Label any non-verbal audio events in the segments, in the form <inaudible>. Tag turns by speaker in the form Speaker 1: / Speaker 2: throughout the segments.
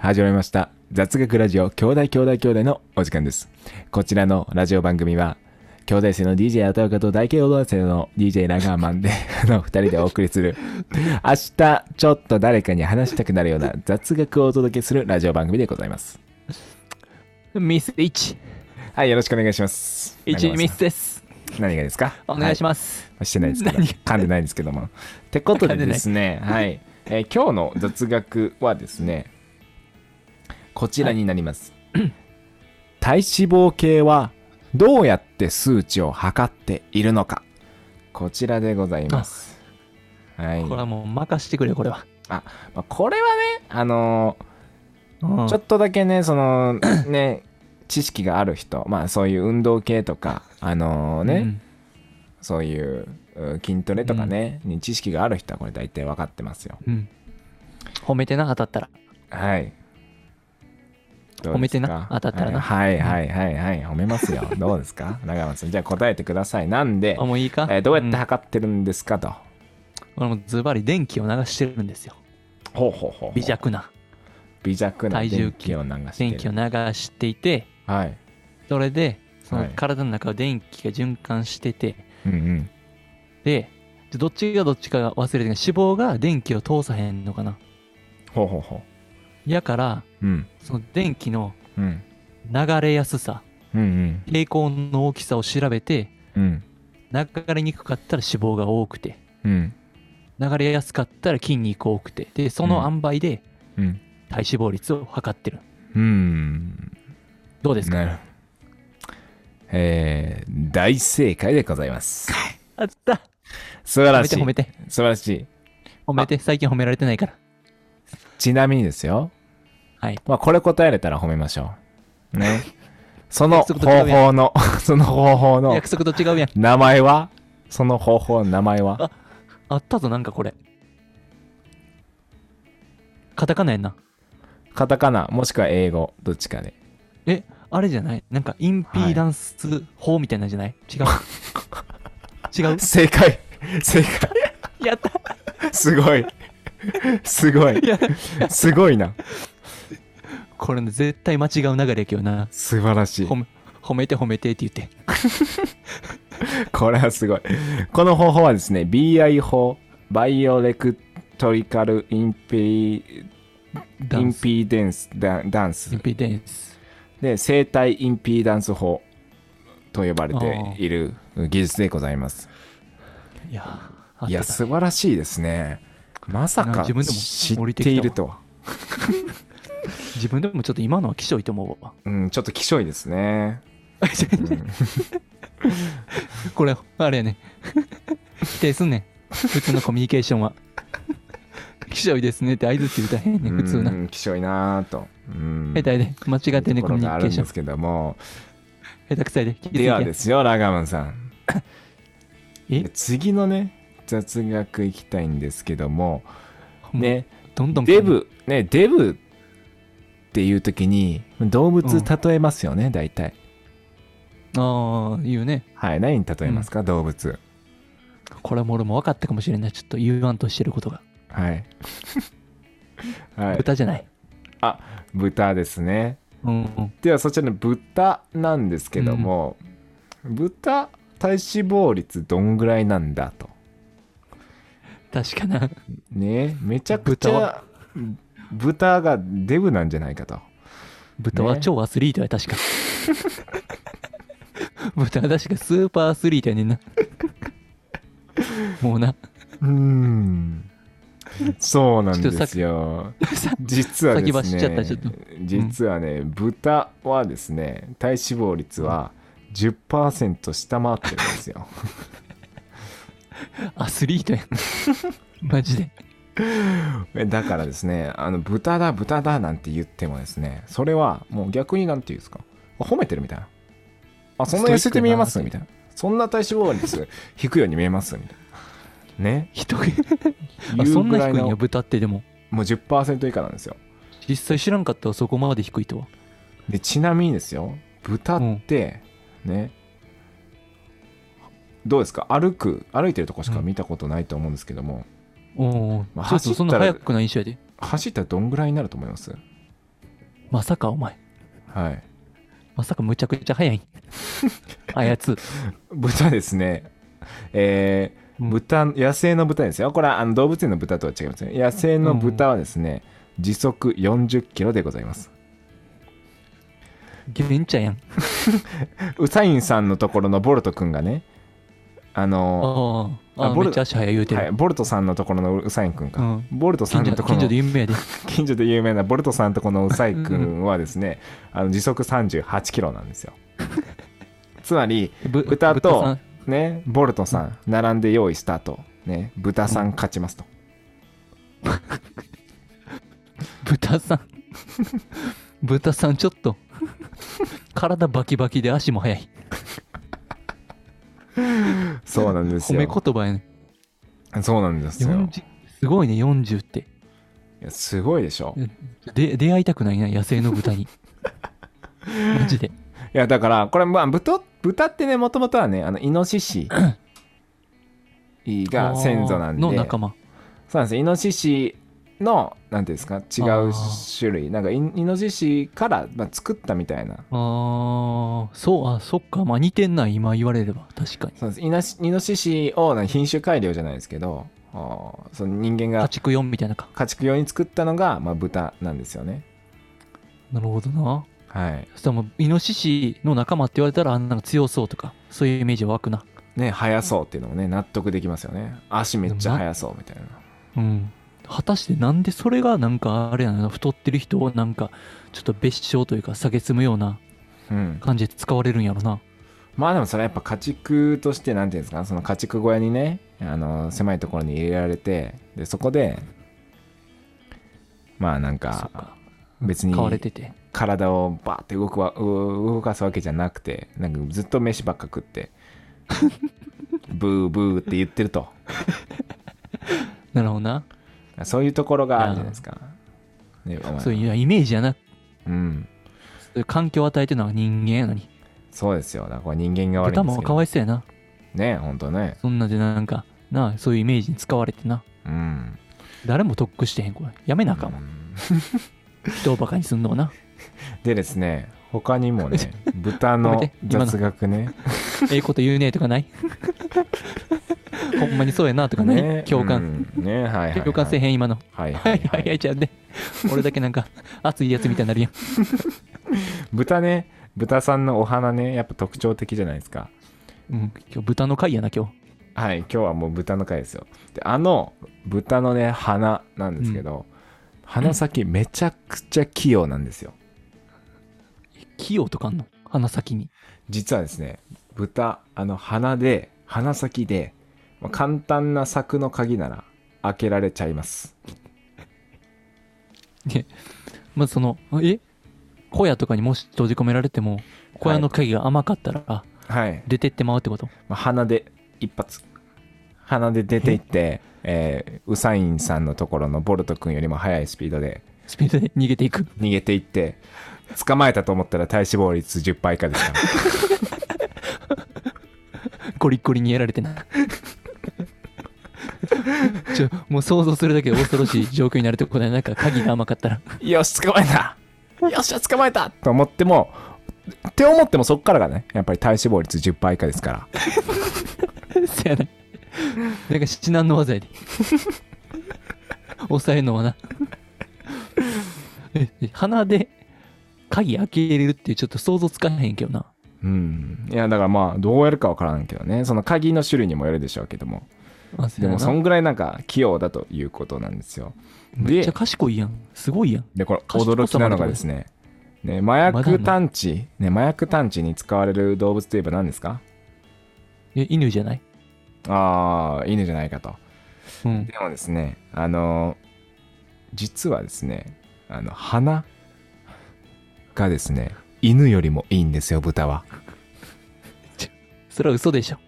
Speaker 1: 始まりました雑学ラジオ兄弟兄弟兄弟のお時間ですこちらのラジオ番組は兄弟生の DJ あたおかと大慶踊らせの DJ ラガーマンで <laughs> あの2人でお送りする明日ちょっと誰かに話したくなるような雑学をお届けするラジオ番組でございます
Speaker 2: ミス1。
Speaker 1: はいよろしくお願いします
Speaker 2: 1
Speaker 1: 長
Speaker 2: ミ
Speaker 1: 山
Speaker 2: ス
Speaker 1: さ
Speaker 2: です。
Speaker 1: ん何がですか
Speaker 2: お願いし
Speaker 1: ま
Speaker 2: ます。
Speaker 1: す、はいしてないですけど
Speaker 2: 何が
Speaker 1: 噛んでないですけどもってことでですねはい、えー今日の雑学はですねこちらになります、体脂肪計はどうやって数値を測っているのかこちらでございますはい
Speaker 2: これはもう任してくれよ、これは。
Speaker 1: まあこれはねあのー
Speaker 2: うん
Speaker 1: ちょっとだけねそのね知識がある人まあそういう運動系とかあのーね、そういうう筋トレとかね、に知識がある人はこれ大体分かってますよ。
Speaker 2: うん。うん褒めてな、当たったら。
Speaker 1: はい。どうですか
Speaker 2: 褒めてな当たったらな
Speaker 1: はいはいはいはい、はい、褒めます
Speaker 2: <laughs>
Speaker 1: よ。どうですか長松さん。じゃあ答えてください。なんで
Speaker 2: あ、、もういいか
Speaker 1: えーどうやって
Speaker 2: ん
Speaker 1: 測ってるんですかと。
Speaker 2: これもズバリ電気を流してるんですよ。
Speaker 1: ほうほうほうほう。
Speaker 2: 微。弱な。
Speaker 1: 微弱な
Speaker 2: 体重
Speaker 1: 電気を流してる。
Speaker 2: 電気を流していて、
Speaker 1: はい。
Speaker 2: それで、そ
Speaker 1: は
Speaker 2: の
Speaker 1: い
Speaker 2: 体の中を電気が循環してて、
Speaker 1: うんうん。
Speaker 2: で、どっちがどっちかが忘れてるけど脂肪が電気を通さへんのかな。
Speaker 1: ほうほうほ
Speaker 2: やから、
Speaker 1: う。うん。
Speaker 2: その電気の
Speaker 1: うん。
Speaker 2: 流れやすさ、
Speaker 1: うんうん。
Speaker 2: 抵抗の大きさを調べて、
Speaker 1: うん。
Speaker 2: 流れにくかったら脂肪が多くて
Speaker 1: うん。
Speaker 2: 流れやすかったら筋肉多くてでその塩梅で
Speaker 1: うん。
Speaker 2: 体脂肪率を測ってる
Speaker 1: うん。
Speaker 2: どうですか
Speaker 1: なるほど。えー、大正解でございます。
Speaker 2: あった
Speaker 1: 素晴
Speaker 2: 褒
Speaker 1: ら
Speaker 2: め
Speaker 1: してい。
Speaker 2: 褒めて
Speaker 1: 素晴らしい。
Speaker 2: 褒めて最近褒められてないから
Speaker 1: ちなみにですよ。
Speaker 2: はい
Speaker 1: まあ、これ答えれたら褒めましょう。
Speaker 2: <laughs>
Speaker 1: ね。その
Speaker 2: 約束と違
Speaker 1: 方
Speaker 2: うや
Speaker 1: 法の、 <laughs> その方法の
Speaker 2: 約束と違うやん
Speaker 1: 名前はその方法の名前は
Speaker 2: ああったぞなんかこれカタカナやんな
Speaker 1: カタカナ、もしくは英語、どっちかで。
Speaker 2: えあれじゃないなんかインピーダンス法みたいなんじゃない違
Speaker 1: <laughs>
Speaker 2: う違う
Speaker 1: 正解正解
Speaker 2: やった
Speaker 1: すごいすごい
Speaker 2: いや
Speaker 1: すごいな
Speaker 2: これね絶対間違う流れやけどな
Speaker 1: 素晴らしい
Speaker 2: 褒。め褒めて褒めてって言って
Speaker 1: これはすごい。この方法はですね、BI 法、バイオレクトリカルインピ
Speaker 2: ダ
Speaker 1: ー、イ
Speaker 2: ン
Speaker 1: ン
Speaker 2: ス
Speaker 1: ピーデンス、ダンダンス
Speaker 2: イン。ピーダンス
Speaker 1: で生体インピーダンス法と呼ばれている技術でございます
Speaker 2: いやーあった
Speaker 1: いや
Speaker 2: な
Speaker 1: 素晴らしいですねまさ
Speaker 2: なん
Speaker 1: か
Speaker 2: か自分でも
Speaker 1: 知
Speaker 2: 降
Speaker 1: っ
Speaker 2: りて
Speaker 1: てい
Speaker 2: きたわ
Speaker 1: るとは
Speaker 2: 自分でもちょっと今のはきしょいと思うわ。
Speaker 1: うんちょっときしょいですね、うん
Speaker 2: <laughs> これ、あれやね。否定すんねん。普通のコミュニケーションは。きしょいですねって合図って歌えへんねん、普通な
Speaker 1: う。んきしょいなぁとうん
Speaker 2: 下手やで、間違ってんね
Speaker 1: とこ
Speaker 2: ん、コ
Speaker 1: ろ
Speaker 2: ミ
Speaker 1: が
Speaker 2: ュ
Speaker 1: あ
Speaker 2: ニ
Speaker 1: る
Speaker 2: ケ
Speaker 1: ん
Speaker 2: ーシ
Speaker 1: で
Speaker 2: ョン
Speaker 1: す。けども
Speaker 2: 下手くさいで、気づいて
Speaker 1: ではですよラガマンさん
Speaker 2: え
Speaker 1: 次のね雑学いきたいんですけども
Speaker 2: もう
Speaker 1: ね
Speaker 2: どんどん。
Speaker 1: デ。ブねデブっていう時に動物例えますよね、大体
Speaker 2: ああ、言うね。
Speaker 1: はい何に例えますか、動物
Speaker 2: これはもう俺も分かったかもしれない。ちょっと言わんとしてることが。 <laughs>
Speaker 1: はい。はい、
Speaker 2: 豚じゃない。
Speaker 1: 豚ですね。
Speaker 2: うんうん。
Speaker 1: ではそちらの豚なんですけども、豚体脂肪率どんぐらいなんだと。
Speaker 2: 確かな。
Speaker 1: ねめちゃくち
Speaker 2: 豚
Speaker 1: ゃ
Speaker 2: は
Speaker 1: 豚がデブなんじゃないかと。
Speaker 2: 豚は
Speaker 1: ね
Speaker 2: 超アスリートや、確か。 <laughs> 豚は確かスーパーアスリートやねんな。 <laughs> もうな。
Speaker 1: うーん。そうなん
Speaker 2: ちょ
Speaker 1: で
Speaker 2: っとさ
Speaker 1: すよ。実はですね
Speaker 2: 先走っちゃったちょっと
Speaker 1: 実はね、豚はですね体脂肪率は10%下回ってるんですよ。
Speaker 2: アスリートやん。 <laughs> マジで。
Speaker 1: えだからですねあの豚だ豚だなんて言ってもですねそれはもう逆になんていうんですかあ褒めてるみたいなあそんな痩せて見えます
Speaker 2: ストイ
Speaker 1: み
Speaker 2: ック
Speaker 1: たいなそんな体脂肪率低いように見えますみたいなね
Speaker 2: 人があ
Speaker 1: 言
Speaker 2: そ
Speaker 1: うんぐ
Speaker 2: な
Speaker 1: らい
Speaker 2: 低いんや、
Speaker 1: の
Speaker 2: 豚ってでも。
Speaker 1: もう10%以下なんですよ
Speaker 2: 実際知らんかったわ、そこまで低いとは。
Speaker 1: でちなみにですよ豚ってね、どうですか歩く歩いてるとこしか見たことないと思うんですけども、
Speaker 2: おお、
Speaker 1: まあ
Speaker 2: ちょっとそん
Speaker 1: 走っ
Speaker 2: な
Speaker 1: たら
Speaker 2: 早くない印象やで。
Speaker 1: 走ったらどんぐらいになると思います
Speaker 2: まさかお前、
Speaker 1: はい
Speaker 2: まさかむちゃくちゃ早い。 <laughs> あやつ。
Speaker 1: 豚ですねえー
Speaker 2: うん
Speaker 1: 豚野生の豚ですよこれはあの動物園の豚とは違いますね野生の豚はですね、時速40キロでございます
Speaker 2: 現茶やん。
Speaker 1: ウサインさんのところのボルト君がねあの
Speaker 2: ああ、
Speaker 1: あ
Speaker 2: あ
Speaker 1: ボル
Speaker 2: めっちゃ足早い言うて
Speaker 1: はい、
Speaker 2: る。
Speaker 1: ボルトさんのところのウサイン君か、
Speaker 2: うん
Speaker 1: ボルトさ
Speaker 2: 近
Speaker 1: んのと
Speaker 2: 所
Speaker 1: ころの
Speaker 2: 近所で有名やで。
Speaker 1: 近所で有名なボルトさんとこのウサイ君はですねあの時速38キロなんですよつまり
Speaker 2: ぶ
Speaker 1: 豚と
Speaker 2: さん
Speaker 1: ねボルトさん並んで用意スタートね豚さん勝ちますと、
Speaker 2: 豚さん <laughs> 豚さんちょっと <laughs> 体バキバキで足も速い
Speaker 1: そうなんです
Speaker 2: 褒め
Speaker 1: よ
Speaker 2: 言葉やね
Speaker 1: そうなんですよ
Speaker 2: 40すごいね40って
Speaker 1: いやすごいでしょ
Speaker 2: で出会いたくないな野生の豚
Speaker 1: <laughs>
Speaker 2: にマジで
Speaker 1: いやだからこれまあ豚豚ってねもともとはねあのイノシシが先祖なんで
Speaker 2: あーの仲間
Speaker 1: そうなんですよイノシシのなんていうんですか違
Speaker 2: あ
Speaker 1: う
Speaker 2: ー
Speaker 1: 種類なんかインイノシシから、まあ、作ったみたいな
Speaker 2: あーそうあそっかまあ似てんな今言われれば確かに
Speaker 1: そうですイノシイノシシをなんか品種改良じゃないですけどあーその人間
Speaker 2: 家
Speaker 1: が
Speaker 2: 畜4みたいなか
Speaker 1: 家畜用に作ったのが、まあ、豚なんですよね
Speaker 2: なるほどな
Speaker 1: はい
Speaker 2: そしたらもうイノシシの仲間って言われたらあんなの強そうとかそういうイメージは湧くな
Speaker 1: ね速そうっていうのもね納得できますよね足めっちゃ速そうみたいな
Speaker 2: うん、果たしてなんでそれがなんかあれやな太ってる人をなんかちょっと別称というか蔑むような
Speaker 1: うん
Speaker 2: 感じで使われるんやろな
Speaker 1: まあでもそれはやっぱ家畜としてなんていうんですかその家畜小屋にねあの狭いところに入れられてでそこでまあなん
Speaker 2: そ
Speaker 1: か
Speaker 2: っか
Speaker 1: 別に
Speaker 2: 買われてて
Speaker 1: 体をバーって動くわう動かすわけじゃなくてなんかずっと飯ばっか食って
Speaker 2: <laughs>
Speaker 1: ブーブーって言ってると
Speaker 2: なるほどな
Speaker 1: そういうところがあるじゃないですか。ね、お前
Speaker 2: そういうイメージやな
Speaker 1: うん、
Speaker 2: そういう環境を与えてるのは人間やのに
Speaker 1: そうですよだからこれ人間が悪い
Speaker 2: 豚
Speaker 1: んです
Speaker 2: も
Speaker 1: け
Speaker 2: か
Speaker 1: ど
Speaker 2: わいそうやな
Speaker 1: ね本当ね
Speaker 2: そんなんでなんかなあそういうイメージに使われてな
Speaker 1: うん
Speaker 2: 誰も得してへんこれやめなあかん
Speaker 1: う
Speaker 2: わ
Speaker 1: ん
Speaker 2: 人をバカにすんのもな <laughs>
Speaker 1: でですね他にもね豚
Speaker 2: ごめ
Speaker 1: の
Speaker 2: んね今の
Speaker 1: 雑学ね
Speaker 2: ええこと言うねとかない <laughs> ほんまにそうやなとかない、
Speaker 1: ね
Speaker 2: 共感、
Speaker 1: うんねはいはい、はい、
Speaker 2: 共感せえへん今の
Speaker 1: はいは
Speaker 2: はいいは
Speaker 1: はい
Speaker 2: はいいじゃあね俺だけなんか熱いやつみたいになるやん
Speaker 1: 豚ね豚さんのお花ねやっぱ特徴的じゃないですか
Speaker 2: うん、今日豚の回やな今日
Speaker 1: はい今日はもう豚の回ですよであの豚のね花なんですけど、鼻先めちゃくちゃ器用なんですよ
Speaker 2: 器用とかあんの鼻先に
Speaker 1: 実はですね豚あの鼻で鼻先で、まあ簡単な柵の鍵なら開けられちゃいます
Speaker 2: まずそのえ小屋とかにもし閉じ込められても小屋の鍵が甘かったら
Speaker 1: はい、
Speaker 2: 出てってまうってこと、
Speaker 1: まあ鼻で一発鼻で出ていって、えーウサインさんのところのボルト君よりも速いスピードで
Speaker 2: スピードで逃げていく
Speaker 1: 逃げていって捕まえたと思ったら体脂肪率10倍以下ですから
Speaker 2: ゴリッゴリにやられてな <laughs> ちょもう想像するだけで恐ろしい状況になるってことだよなんか鍵が甘かったら
Speaker 1: <laughs> よし捕まえたよっしゃ捕まえたと思ってもって思ってもそっからがねやっぱり体脂肪率10倍以下ですから
Speaker 2: <laughs> せやななんか七難の技
Speaker 1: <laughs>
Speaker 2: やで抑えるのはなええ鼻で鍵開けれるってちょっと想像つかへんけどな
Speaker 1: うんいやだからまあどうやるかわからんけどねその鍵の種類にもよるでしょうけども
Speaker 2: あそう
Speaker 1: で
Speaker 2: やな
Speaker 1: もそんぐらいなんか器用だということなんですよ
Speaker 2: めっち
Speaker 1: で
Speaker 2: ゃ賢いやん。すごいやん。
Speaker 1: でこれ驚きなのがですねね麻薬探知、ね、麻薬探知に使われる動物といえば何ですか
Speaker 2: え、犬じゃない
Speaker 1: ああ犬じゃないかと
Speaker 2: うん。
Speaker 1: でもですねあの実はですねあの鼻がですね犬よりもいいんですよ豚は
Speaker 2: それは嘘
Speaker 1: <laughs>
Speaker 2: でしょ。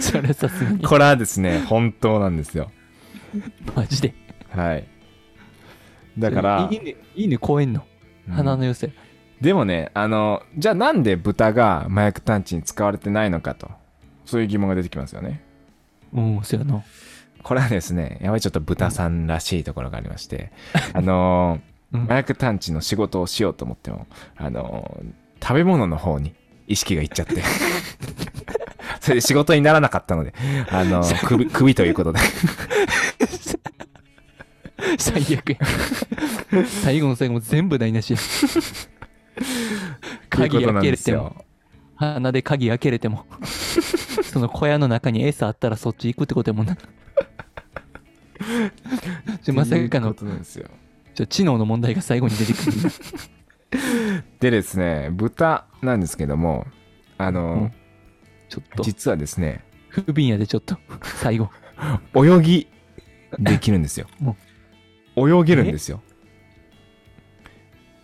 Speaker 2: それさすがに。
Speaker 1: これはです
Speaker 2: <laughs>
Speaker 1: ね本当なんですよ
Speaker 2: マジで。
Speaker 1: はいだから
Speaker 2: い犬、犬超えんの。
Speaker 1: うん
Speaker 2: 鼻の寄せ。
Speaker 1: でもねあのじゃあなんで豚が麻薬探知に使われてないのかとそういう疑問が出てきますよね
Speaker 2: うん、そうやな。 <laughs>
Speaker 1: これはですねやばいちょっと豚さんらしいところがありましてあのー
Speaker 2: うん
Speaker 1: 麻薬探知の仕事をしようと思ってもあの食べ物の方に意識がいっちゃって
Speaker 2: <laughs>
Speaker 1: それで仕事にならなかったのであの首首ということで
Speaker 2: 最悪や
Speaker 1: <laughs>
Speaker 2: 最後の最後も全部台無しや <laughs> 鍵開けれても鼻で鍵開けれて
Speaker 1: <laughs>
Speaker 2: もその小屋の中に餌あったらそっち行くってこと
Speaker 1: <laughs>
Speaker 2: やもんなちょまさかの
Speaker 1: ということなんですよ
Speaker 2: ちょ知能の問題が最後に出てくる
Speaker 1: <laughs> でですね豚なんですけどもあの、
Speaker 2: ちょっと
Speaker 1: 実はですね
Speaker 2: 不憫やでちょっと最後
Speaker 1: 泳ぎできるんですよ
Speaker 2: も
Speaker 1: 泳げるんですよ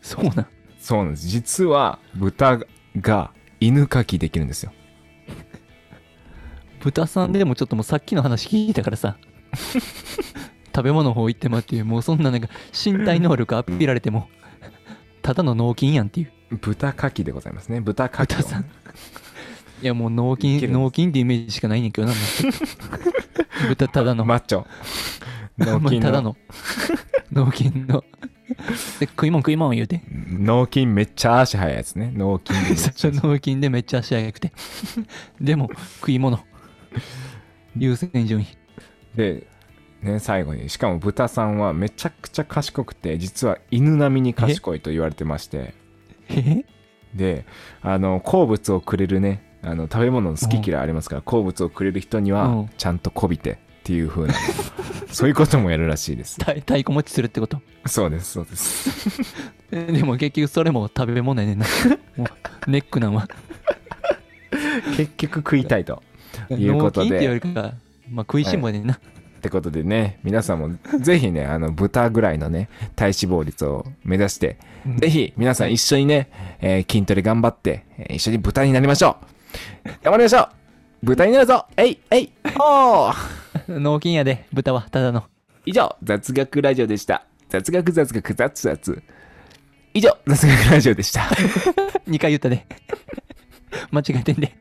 Speaker 2: そうなん
Speaker 1: そうなんです実は豚が犬かきできるんですよ
Speaker 2: 豚さんでもちょっともうさっきの話聞いたから
Speaker 1: <laughs>
Speaker 2: さ食べ物の方行ってまっていうもうそんななんか身体能力アッピられてもただの脳筋やんっていう
Speaker 1: 豚かきでございますね豚かきを
Speaker 2: 豚さんいやもう脳
Speaker 1: いけ
Speaker 2: 筋
Speaker 1: るんです
Speaker 2: 脳筋ってイメージしかないねんけどなも
Speaker 1: <laughs>
Speaker 2: う豚ただの
Speaker 1: マッ
Speaker 2: <laughs>
Speaker 1: チョ <laughs> 脳
Speaker 2: まあ
Speaker 1: 筋
Speaker 2: ただ
Speaker 1: の
Speaker 2: の脳筋ので食いもん食いもん言うて
Speaker 1: 脳筋めっちゃ足速いやつね脳筋めっちゃ
Speaker 2: その脳筋 <laughs> でめっちゃ足速くて <laughs> でも食い物優先順位
Speaker 1: で、ね、最後にしかも豚さんはめちゃくちゃ賢くて実は犬並みに賢いと言われてまして
Speaker 2: え
Speaker 1: であの好物をくれるねあの食べ物の好き嫌いありますから、好物をくれる人に
Speaker 2: う
Speaker 1: は
Speaker 2: ん
Speaker 1: ちゃんとこびてっていう
Speaker 2: <laughs>
Speaker 1: 風なそういうこともやるらしいです
Speaker 2: た太鼓持ちするってこと
Speaker 1: そうですそうです
Speaker 2: えでも結局それも食べ物や
Speaker 1: <laughs>
Speaker 2: ねんなもうネックなんは
Speaker 1: 結局食いたい
Speaker 2: <laughs>
Speaker 1: という
Speaker 2: 脳
Speaker 1: こと
Speaker 2: 筋って言わ
Speaker 1: で
Speaker 2: れるからまあ食いしん坊やねんな、
Speaker 1: ってことでね皆さんもぜひね
Speaker 2: <laughs>
Speaker 1: あの豚ぐらいのね体脂肪率を目指して
Speaker 2: うん
Speaker 1: ぜひ皆さん一緒にね、えー筋トレ頑張って、えー一緒に豚になりましょう頑張りましょう豚になるぞえいえいおー
Speaker 2: 脳筋やで豚はただの
Speaker 1: 以上、雑学ラジオでした。雑学雑学雑雑。以上、雑学ラジオでした。 <laughs>
Speaker 2: 2回言ったで間違えてんで